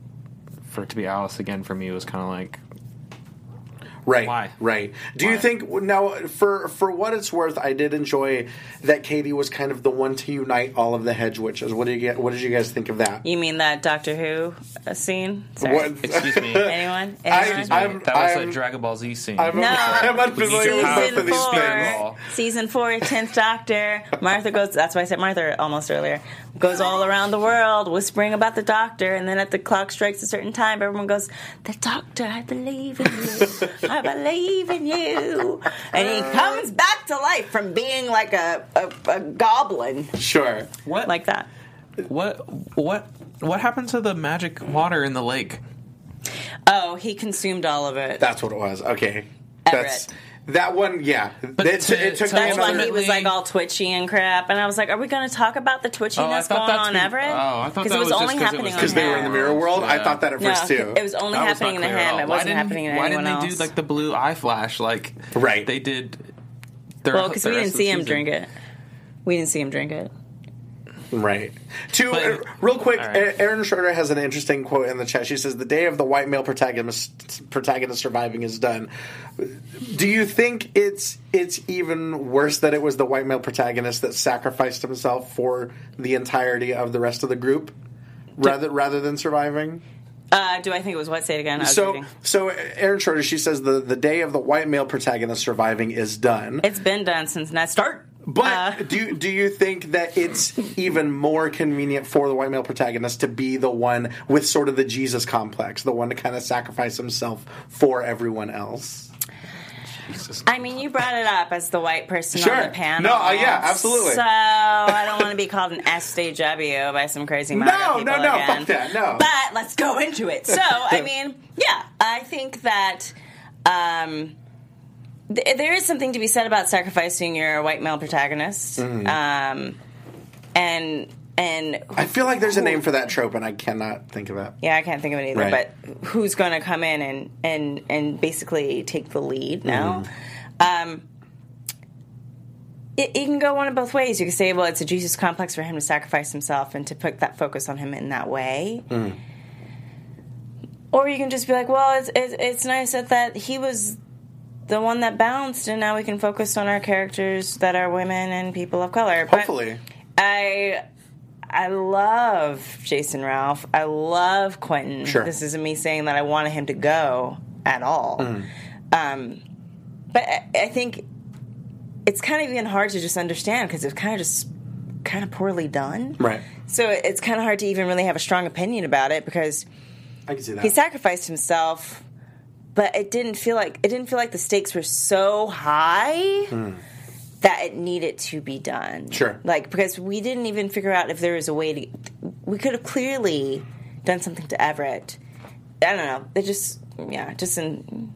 E: for it to be Alice again for me was kind
B: [LAUGHS]
E: of like
B: Right.
E: Why?
B: Right. Do you
E: Why?
B: think now for for what it's worth, I did enjoy that Katie was kind of the one to unite all of the hedge witches. What do you get? What did you guys think of that?
D: You mean that Doctor Who uh, scene? Sorry.
B: What?
E: excuse me.
D: Anyone?
B: I-
D: Anyone?
B: I-
E: that
B: I'm-
E: was a
B: I'm-
E: Dragon Ball Z scene.
B: I'm-
D: [LAUGHS] no,
B: I'm unfamiliar with both
D: season
B: of these
D: four,
E: things.
D: season four, tenth Doctor. Martha goes. That's why I said Martha almost earlier. Goes all around the world whispering about the Doctor, and then at the clock strikes a certain time, everyone goes, "The Doctor, I believe in you. I believe in you." And he comes back to life from being like a, a, a goblin,
B: [LAUGHS] Sure.
E: what
D: like that.
E: what what what happened to the magic water in the lake?
D: Oh, he consumed all of it.
B: That's what it was. Okay. That's that one. Yeah, it,
E: to-
B: it took me
D: That's
E: to
D: why he
B: another.
E: ultimately-
D: was like all twitchy and crap, and I was like, "Are we going to talk about the
E: Oh, I
D: twitchiness going
E: thought that's
D: on,
E: be-
D: Everett?"
E: oh, I thought
D: because
E: that
D: it was,
E: was just
D: only
E: 'cause it
D: happening
E: was-
D: in
B: Because they were in the mirror world, I
E: Yeah.
B: thought that at
D: No,
B: first too.
D: it was only
E: That was
D: happening
E: not
D: to
E: clear at
D: him.
E: all.
D: It
E: Why
D: wasn't
E: didn't-
D: happening to
E: Why
D: anyone
E: didn't they
D: else.
E: do like the blue eye flash? Like
B: Right.
E: they did. Their,
D: well, because
E: the
D: we
E: rest
D: didn't
E: of the
D: see him
E: season.
D: drink it. We didn't see him drink it.
B: Right. To
E: But-
B: uh, real quick,
E: All right.
B: E- Erin Schroeder has an interesting quote in the chat. She says, "The day of the white male protagonist protagonist surviving is done." Do you think it's it's even worse that it was the white male protagonist that sacrificed himself for the entirety of the rest of the group rather rather than surviving?
D: Uh, do I think it was what? Say it again. I was
B: So
D: drinking.
B: so Erin Schroeder she says the the day of the white male protagonist surviving is done.
D: it's been done since that start.
B: But
D: Uh,
B: do do you think that it's even more convenient for the white male protagonist to be the one with sort of the Jesus complex, the one to kind of sacrifice himself for everyone else?
D: I mean, you brought it up as the white person
B: Sure.
D: on the panel.
B: No, uh, yeah, absolutely.
D: So I don't want to be called an SJW by some crazy MAGA
B: No,
D: people
B: no, no,
D: again.
B: fuck that, no.
D: But let's go into it.
B: [LAUGHS]
D: So I mean, yeah, I think that. Um, th- there is something to be said about sacrificing your white male protagonist,
B: Mm-hmm.
D: um, and and
B: I feel like there's a name for that trope, and I cannot think of it.
D: yeah, I can't think of it either.
B: Right.
D: But who's going to come in and and and basically take the lead now?
B: Mm-hmm.
D: Um, it, it can go one of both ways. You can say, well, it's a Jesus complex for him to sacrifice himself and to put that focus on him in that way.
B: Mm-hmm.
D: Or you can just be like, well, it's, it's, it's nice that, that he was the one that bounced, and now we can focus on our characters that are women and people of color. But-
B: Hopefully,
D: I I love Jason Ralph. I love Quentin.
B: Sure.
D: This isn't me saying that I wanted him to go at all.
B: Mm-hmm.
D: Um, but I, I think it's kind of even hard to just understand because it's kind of just kind of poorly done.
B: right?
D: So it's kind of hard to even really have a strong opinion about it because
B: I can see that.
D: he sacrificed himself, but it didn't feel like it didn't feel like the stakes were so high that it needed to be done.
B: Sure.
D: like because we didn't even figure out if there was a way to. We could have clearly done something to Everett. I don't know. It just yeah, just in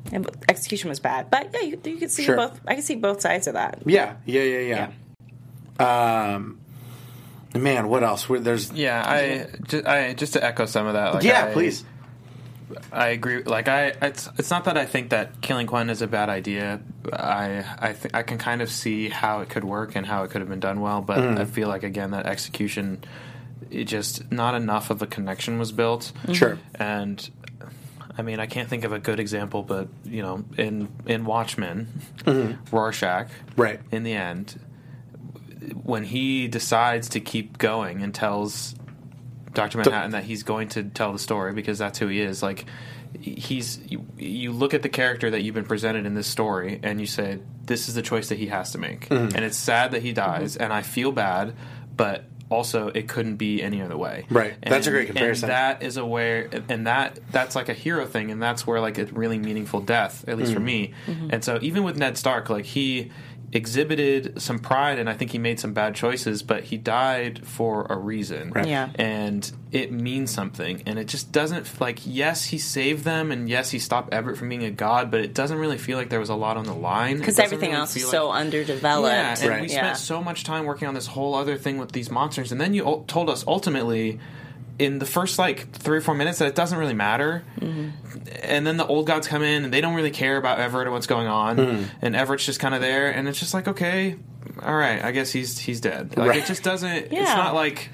D: execution was bad. But yeah, you, you could see
B: Sure.
D: both. I could see both sides of that.
B: yeah, yeah, yeah, yeah. Um, man, what else? Where there's
E: Yeah, I just, I just to echo some of that. Like
B: yeah,
E: I-
B: please.
E: I agree. Like I, it's it's not that I think that killing Quinn is a bad idea. I I think I can kind of see how it could work and how it could have been done well, but
B: Mm.
E: I feel like again that execution, it just not enough of a connection was built.
B: Mm. Sure.
E: And I mean, I can't think of a good example, but you know, in in Watchmen, Rorschach,
B: Mm-hmm. Right.
E: in the end, when he decides to keep going and tells Doctor Manhattan that he's going to tell the story because that's who he is. Like he's you, you look at the character that you've been presented in this story and you say this is the choice that he has to make.
B: Mm-hmm.
E: And it's sad that he dies and I feel bad, but also it couldn't be any other way.
B: Right.
E: And-
B: That's a great comparison.
E: And that is a where and that that's like a hero thing and that's where like a really meaningful death at
D: Mm.
E: least for me.
D: Mm-hmm.
E: And so even with Ned Stark like he exhibited some pride and I think he made some bad choices but he died for a reason
B: Right.
D: Yeah.
E: and it means something and it just doesn't like yes he saved them and yes he stopped everett from being a god but it doesn't really feel like there was a lot on the line
D: Because everything else is so underdeveloped.
E: yeah, and
B: Right.
E: we
D: Yeah.
E: spent so much time working on this whole other thing with these monsters, and then you ul- told us ultimately in the first like three or four minutes that it doesn't really matter.
D: Mm-hmm.
E: And then the old gods come in, and they don't really care about Everett or what's going on,
B: Hmm.
E: and Everett's just kind of there, and it's just like, okay, all right, I guess he's he's dead. Like
B: Right.
E: it just doesn't. It's
D: Yeah.
E: not like.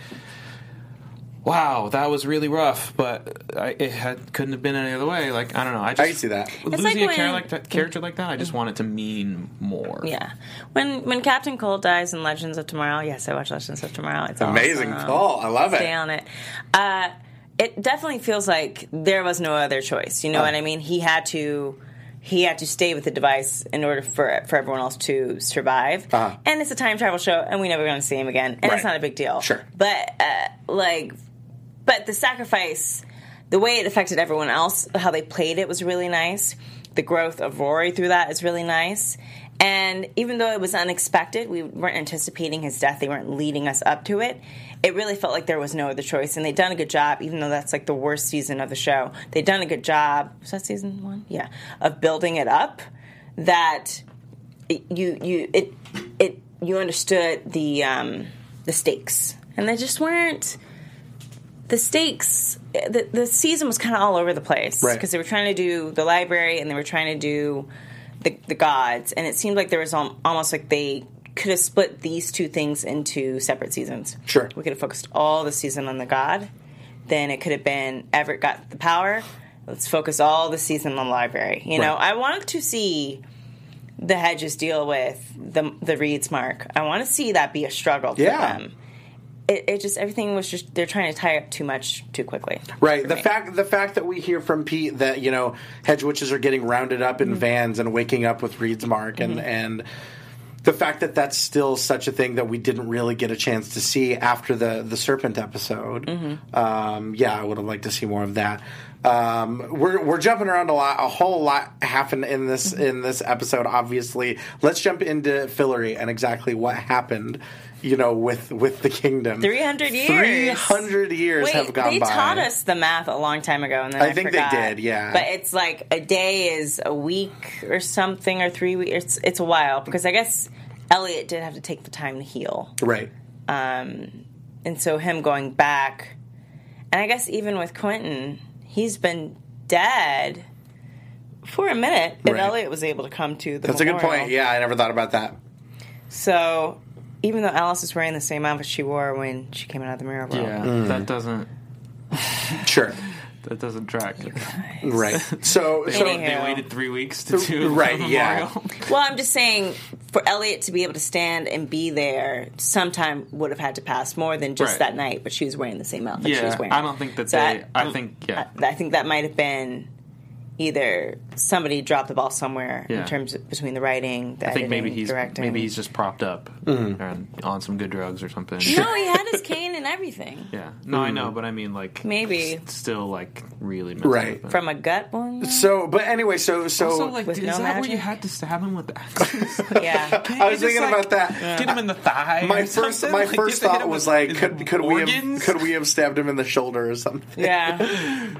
E: Wow, that was really rough, but I, it had, couldn't have been any other way. Like I don't know. I just
B: I can see that.
E: losing
D: like
E: a
D: when- Mm-hmm.
E: char- like that, character like that. I just want it to mean more.
D: Yeah, when when Captain Cold dies in Legends of Tomorrow, yes, I watch Legends of Tomorrow. It's
B: Amazing
D: awesome.
B: call. I love it.
D: Stay on it. Uh, it definitely feels like there was no other choice.
B: Oh.
D: You know what I mean? He had to. He had to stay with the device in order for for everyone else to survive.
B: Uh-huh.
D: And it's a time travel show, and we never going to see him again, and
B: Right.
D: it's not a big deal.
B: Sure.
D: but uh, like, but the sacrifice, the way it affected everyone else, how they played it was really nice. The growth of Rory through that is really nice. And even though it was unexpected, we weren't anticipating his death. They weren't leading us up to it. It really felt like there was no other choice, and they'd done a good job. Even though that's like the worst season of the show, they'd done a good job. Was that season one? Yeah, of building it up that it- you you it it you understood the um, the stakes, and they just weren't the stakes. The, the season was kind of all over the place
B: Right.
D: because they were trying to do the library and they were trying to do the, the gods, and it seemed like there was al- almost like they could have split these two things into separate seasons.
B: Sure.
D: we could have focused all the season on the god. Then it could have been Everett got the power. Let's focus all the season on the library. You know,
B: Right.
D: I wanted to see the hedges deal with the the reeds mark. I want to see that be a struggle for
B: Yeah.
D: them. It, it just everything was just they're trying to tie up too much too quickly.
B: Right.
D: for
B: The
D: me.
B: fact the fact that we hear from Pete that you know hedge witches are getting rounded up
D: Mm-hmm.
B: in vans and waking up with Reed's mark and and the fact that that's still such a thing that we didn't really get a chance to see after the the serpent episode.
D: Mm-hmm.
B: Um, yeah, I would have liked to see more of that. Um, we're we're jumping around a lot, a whole lot happened in this
D: Mm-hmm.
B: in this episode. Obviously, let's jump into Fillory and exactly what happened. You know, with with the kingdom,
D: 300 years.
B: three hundred years
D: Wait,
B: have gone
D: they
B: by.
D: taught us the math a long time ago, and then
B: I
D: I,
B: think they
D: forgot.
B: did, yeah.
D: but it's like a day is a week or something or three weeks. It's it's a while because I guess Elliot did have to take the time to heal.
B: Right.
D: and so him going back and i guess even with quentin he's been dead for a minute and
B: Right.
D: elliot was able to come to the
B: That's a good
D: memorial.
B: point. Yeah, I never thought about that.
D: so even though alice is wearing the same outfit she wore when she came out of the mirror world
E: Yeah,
B: Mm.
E: that doesn't
B: Sure.
E: that doesn't track. [LAUGHS]
B: Right. So, so
D: Anyhow.
E: They waited three weeks to do
B: Right,
E: The
B: yeah.
E: memorial.
D: well i'm just saying for elliot to be able to stand and be there sometime would have had to pass more than just
E: Right.
D: that night but she was wearing the same outfit she
E: Yeah,
D: was wearing
E: I don't think that
D: So
E: they. I
D: um,
E: think yeah.
D: I, I think that might have been either somebody dropped the ball somewhere
E: Yeah.
D: in terms of between the writing, the
E: I think maybe he's
D: directing.
E: maybe he's just propped up
B: Mm.
E: and on some good drugs or something.
D: no, he had his cane and everything
E: [LAUGHS] Yeah. No, I
B: Mm.
E: know, but I mean, like
D: Maybe.
E: [LAUGHS] s- still like really messed
B: Right.
E: Up.
D: from a gut
E: [LAUGHS]
D: wound.
B: so but anyway, so so
E: also, like,
D: With
E: is
D: no
E: that where you
D: magic?
E: had to stab him
B: [LAUGHS]
E: with the axe?
D: Yeah,
B: I was thinking about that.
E: Get him in the thigh.
B: My
E: [LAUGHS] or
B: first
E: something?
B: my
E: Like,
B: first
E: you have to hit
B: thought
E: him
B: was
E: with
B: like
E: his
B: could could we have
E: organs?
B: could we have stabbed him in the shoulder or something?
D: yeah,
B: [LAUGHS]
E: [LAUGHS] I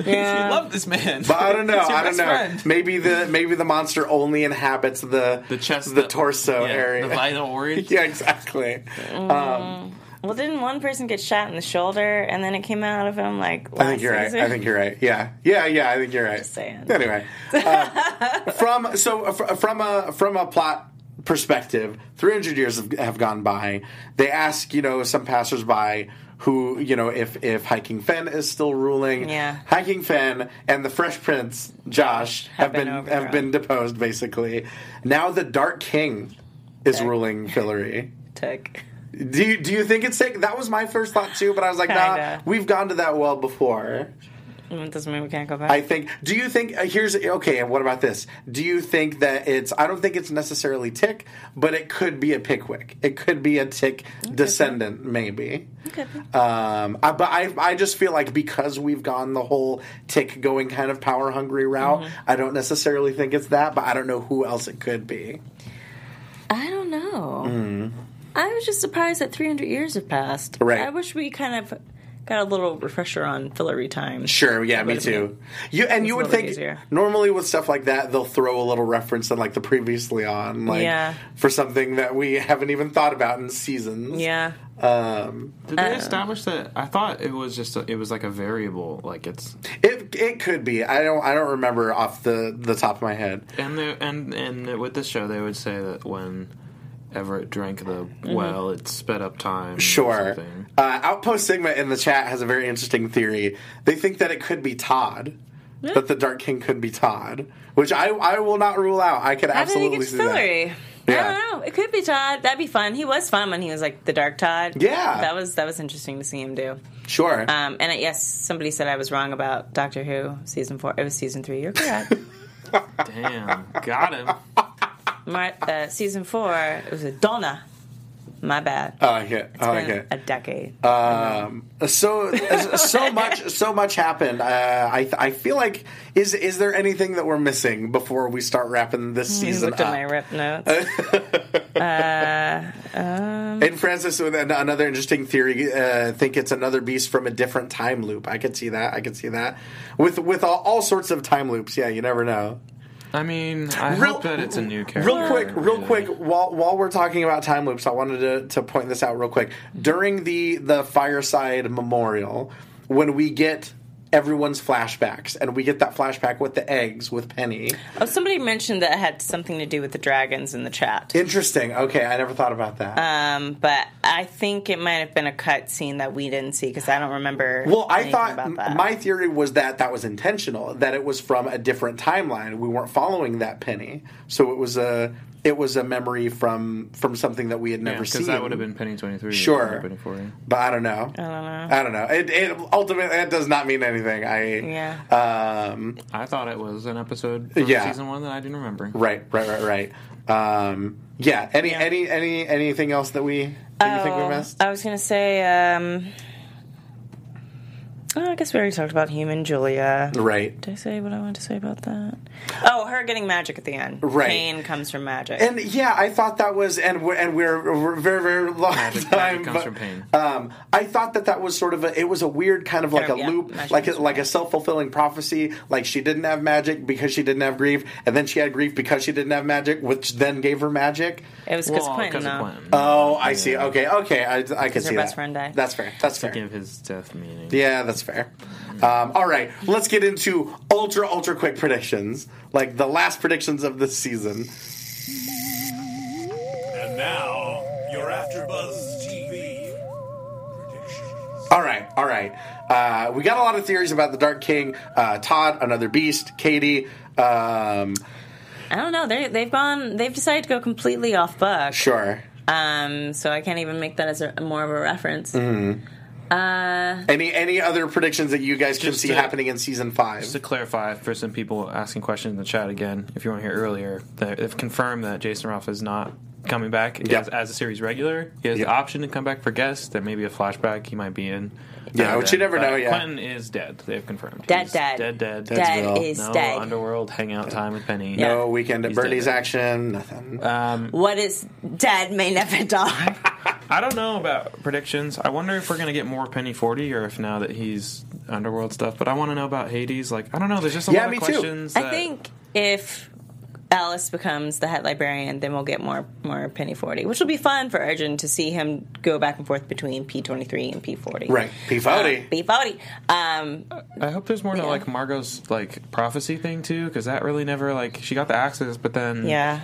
D: yeah.
E: love this man.
B: But I
E: [LAUGHS]
B: don't know.
E: He's your
B: I don't
E: best
B: know.
E: friend.
B: Maybe the maybe the monster only inhabits the
E: The chest,
B: the, torso
E: yeah,
B: area. [LAUGHS]
E: the vital organs.
B: yeah, exactly. Um,
D: Well, didn't one person get shot in the shoulder and then it came out of him like?
B: I think you're right. I think you're right. Yeah, yeah, yeah. I think you're right.
D: saying.
B: [LAUGHS] Anyway, uh, from so uh, fr- from a from a plot perspective, 300 years have, have gone by. They ask, you know, some passersby who, you know, if if Hiking Fen is still ruling.
D: Yeah.
B: Hiking Fen and the Fresh Prince Josh have,
D: been
B: been,
D: overthrown.
B: have been deposed basically. Now the Dark King is ruling Fillory.
D: took.
B: Do you, do you think it's sick? That was my first thought too, but I was like, nah,
D: Kinda.
B: we've gone to that well before.
D: Mm, Doesn't mean we can't go back.
B: I think. Do you think? Uh, here's okay. And what about this? Do you think that it's? I don't think it's necessarily Tick, but it could be a Pickwick. It could be a Tick descendant, maybe. Um, I, but I, I just feel like because we've gone the whole Tick going kind of power hungry route,
D: Mm-hmm.
B: I don't necessarily think it's that. But I don't know who else it could be.
D: I don't know. I was just surprised that 300 years have passed.
B: Mm-hmm. Right.
D: I wish we kind of got a little refresher on fillery time.
B: Sure, yeah, me
D: would've
B: too. You and you
D: a
B: would
D: little
B: think
D: bit easier.
B: normally with stuff like that they'll throw a little reference in like the previously on, like
D: Yeah.
B: for something that we haven't even thought about in seasons.
D: Yeah.
B: Um,
E: Did they establish that? I thought it was just a, it was like a variable. Like it's
B: it it could be. I don't I don't remember off the the top of my head.
E: and the, and and with this show they would say that when Everett drank the
D: Mm-hmm.
E: well, it sped up time. or
B: Sure.
E: something.
B: Uh, Outpost Sigma in the chat has a very interesting theory. They think that it could be Todd. That the Dark King could be Todd, which I I will not rule out. I could
D: I don't think
B: absolutely
D: it's
B: see that.
D: fillery.
B: Yeah.
D: I don't know. It could be Todd. That'd be fun. He was fun when he was like the Dark Todd.
B: Yeah.
D: That was that was interesting to see him do.
B: Sure.
D: Um, and uh, yes, somebody said I was wrong about Doctor Who season four. It was season three.
B: [LAUGHS]
D: You're correct.
E: Damn, got him.
D: Mar- uh, season four. It was a Donna. My bad.
B: oh, I get. Oh, I
D: Been
B: get.
D: A decade.
B: Um, so
D: [LAUGHS]
B: so much so much happened. Uh, I I feel like is is there anything that we're missing before we start wrapping this
D: You
B: season
D: Hmm, looked at my
B: up?
D: rip notes.
B: And Francis with an, another interesting theory, uh, think it's another beast from a different time loop. I could see that. I could see that with with all, all sorts of time loops. Yeah, you never know.
E: I mean, I
B: Real-
E: hope that it's a new character.
B: Real quick, real
E: really.
B: quick. While while we're talking about time loops, I wanted to, to point this out real quick. During the the fireside memorial, when we get everyone's flashbacks, and we get that flashback with the eggs with Penny.
D: Oh, somebody mentioned that it had something to do with the dragons in the chat.
B: Interesting. Okay, I never thought about that.
D: Um, but I think it might have been a cut scene that we didn't see because I don't remember.
B: Well, I
D: anything
B: thought
D: about that.
B: my theory was that that was intentional, that it was from a different timeline. We weren't following that penny, so it was a it was a memory from from something that we had never seen.
E: because that would have been Penny twenty three.
B: sure,
E: Penny forty.
B: but I don't know. I don't know. I don't know. It, it ultimately that does not mean anything. I
D: yeah.
B: um,
E: I thought it was an episode from
B: Yeah.
E: season one that I didn't remember.
B: right, right, right, right. Um, yeah. Any any any anything else that we that you think we
D: Oh,
B: missed?
D: I was gonna say. Um, oh, I guess we already talked about human Julia.
B: right.
D: Did I say what I wanted to say about that? Oh, her getting magic at the end.
B: Right.
D: Pain comes from magic.
B: And yeah, I thought that was, and we're, and we're, we're very very long
E: magic
B: time.
E: comes
B: but,
E: from pain.
B: Um, I thought that that was sort of a, it was a weird kind of like
D: Oh,
B: a
D: yeah.
B: loop,
D: Magic
B: like a,
D: comes from
B: like a
D: pain.
B: self fulfilling prophecy. Like she didn't have magic because she didn't have grief, and then she had grief because she didn't have magic, which then gave her magic.
D: it was because
E: Well,
D: Quentin,
E: because of
D: though.
E: Quentin.
B: Oh, I see. Okay, okay, I, I can
D: her
B: see
D: best
B: that.
D: friend died.
B: That's fair. That's fair.
E: Give his death meaning.
B: Yeah, that's fair. Um, all right, let's get into ultra ultra quick predictions, like the last predictions of this season.
F: And now, your AfterBuzz TV predictions.
B: All right, all right. Uh, we got a lot of theories about the Dark King, uh, Todd, another beast, Katie. Um,
D: I don't know. They they've gone. They've decided to go completely off book.
B: sure.
D: Um, so I can't even make that as a, more of a reference.
B: Mm-hmm. Any any other predictions that you guys can
E: Just
B: see
E: to-
B: happening in season five?
E: Just to clarify for some people asking questions in the chat again, if you weren't here earlier, they- they've confirmed that Jason Ralph is not coming back
B: Yep.
E: as, as a series regular. He has
B: Yep.
E: the option to come back for guests. There may be a flashback he might be in.
B: Yeah,
E: Uh,
B: which you
E: that-
B: never
E: but
B: know, yeah.
E: Quentin is dead. They've confirmed.
D: Dead,
E: He's
D: dead.
E: Dead, dead.
D: Dead
B: Well,
D: is
E: No
D: dead.
E: underworld hangout time with Penny.
D: Yeah.
B: no weekend at
E: He's
B: Birdie's
E: dead. Uh,
B: action, nothing.
D: What is dead may never die.
E: I don't know about predictions. I wonder if we're gonna get more Penny Forty, or if now that he's underworld stuff. But I want to know about Hades. Like I don't know. There's just a
B: Yeah,
E: lot
B: me
E: of
B: too.
E: questions.
D: I
E: that-
D: think if Alice becomes the head librarian, then we'll get more more Penny Forty, which will be fun for Arjun to see him go back and forth between P twenty three and P forty. Uh,
B: right, P
E: uh,
B: forty.
D: P forty. Um,
E: I hope there's more to like Margot's like prophecy thing too, because that really never like she got the axes, but then
D: yeah.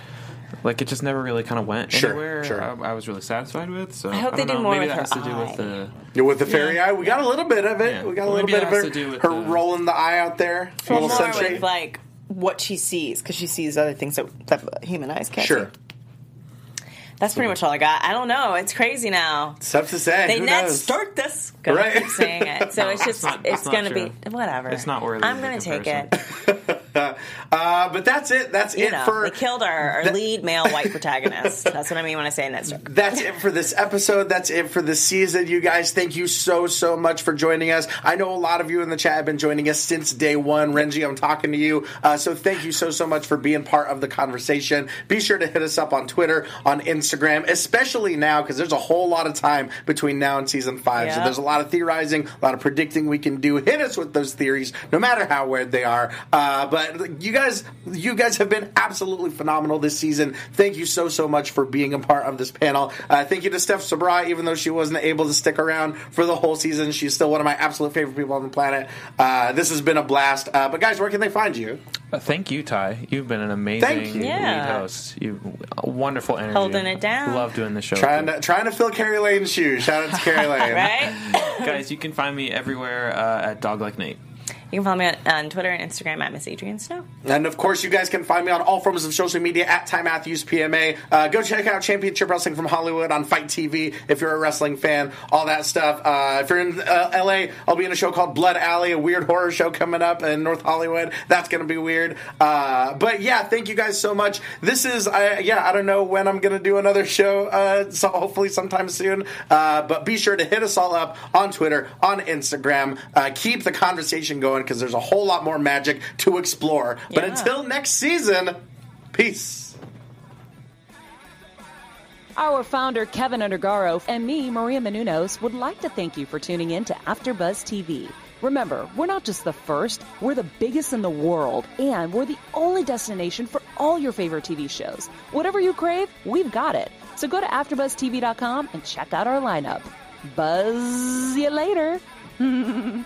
E: like it just never really kind of went
B: Sure,
E: anywhere.
B: sure.
E: I, I was really satisfied with. So I
D: hope they
E: don't
D: do
E: know.
D: more
E: Maybe
D: with
E: that has
D: her
E: to do with the
B: You're with the fairy eye. We got a little bit of it.
E: Yeah.
B: We got a
E: Well,
B: little
E: maybe
B: bit
E: it
B: of
E: has
B: her,
E: to do with
B: her
E: the-
B: rolling the eye out there. A little
D: more
B: sunshade.
D: with like what she sees because she sees other things that, that human eyes can't.
B: sure.
D: see. that's pretty much all I got. I don't know. It's crazy now.
B: It's tough to say.
D: They
B: Who
D: net
B: knows?
D: start this. Gonna
B: Right.
D: keep saying it. So it's just
E: it's not-
D: it's,
E: it's not
D: gonna
E: true.
D: be whatever.
E: It's not worthy
D: I'm
E: of
D: gonna
E: the
D: take it.
E: comparison.
B: Uh, but that's it. That's
D: You
B: it
D: know,
B: for
D: they killed our, our lead male white protagonist. That's what I mean when I say net start.
B: That's it for this episode. That's it for this season. You guys, thank you so, so much for joining us. I know a lot of you in the chat have been joining us since day one. Renji, I'm talking to you. Uh, so thank you so, so much for being part of the conversation. Be sure to hit us up on Twitter, on Instagram, especially now because there's a whole lot of time between now and season five. So
D: Yeah.
B: there's a lot of theorizing, a lot of predicting we can do. Hit us with those theories, no matter how weird they are. Uh, but you guys, you guys have been absolutely phenomenal this season. Thank you so so much for being a part of this panel. Uh, thank you to Steph Sabra, even though she wasn't able to stick around for the whole season, she's still one of my absolute favorite people on the planet. Uh, this has been a blast. Uh, but guys, where can they find you?
E: Uh, thank you, Ty. You've been an amazing
B: you.
E: lead
D: Yeah.
E: host. You wonderful energy,
D: Holding it down.
E: Love doing the show.
B: Trying to trying to fill Carrie Lane's shoes. Shout out to Carrie Lane.
D: Right?
E: Guys, you can find me everywhere uh, at Dog Like Nate.
D: You can follow me on, on Twitter and Instagram at Miss Adrian Snow.
B: And of course, you guys can find me on all forms of social media at Time Matthews PMA. Uh, go check out Championship Wrestling from Hollywood on Fight TV if you're a wrestling fan, all that stuff. Uh, if you're in uh, LA, I'll be in a show called Blood Alley, a weird horror show coming up in North Hollywood. That's going to be weird. Uh, but yeah, thank you guys so much. This is, I, yeah, I don't know when I'm going to do another show, uh, [LAUGHS] so hopefully sometime soon. Uh, but be sure to hit us all up on Twitter, on Instagram. Uh, keep the conversation going because there's a whole lot more magic to explore. But
D: Yeah.
B: until next season, peace.
C: Our founder, Kevin Undergaro, and me, Maria Menounos, would like to thank you for tuning in to AfterBuzz TV. Remember, we're not just the first, we're the biggest in the world, and we're the only destination for all your favorite TV shows. Whatever you crave, we've got it. So go to AfterBuzzTV.com and check out our lineup. Buzz you later.
G: The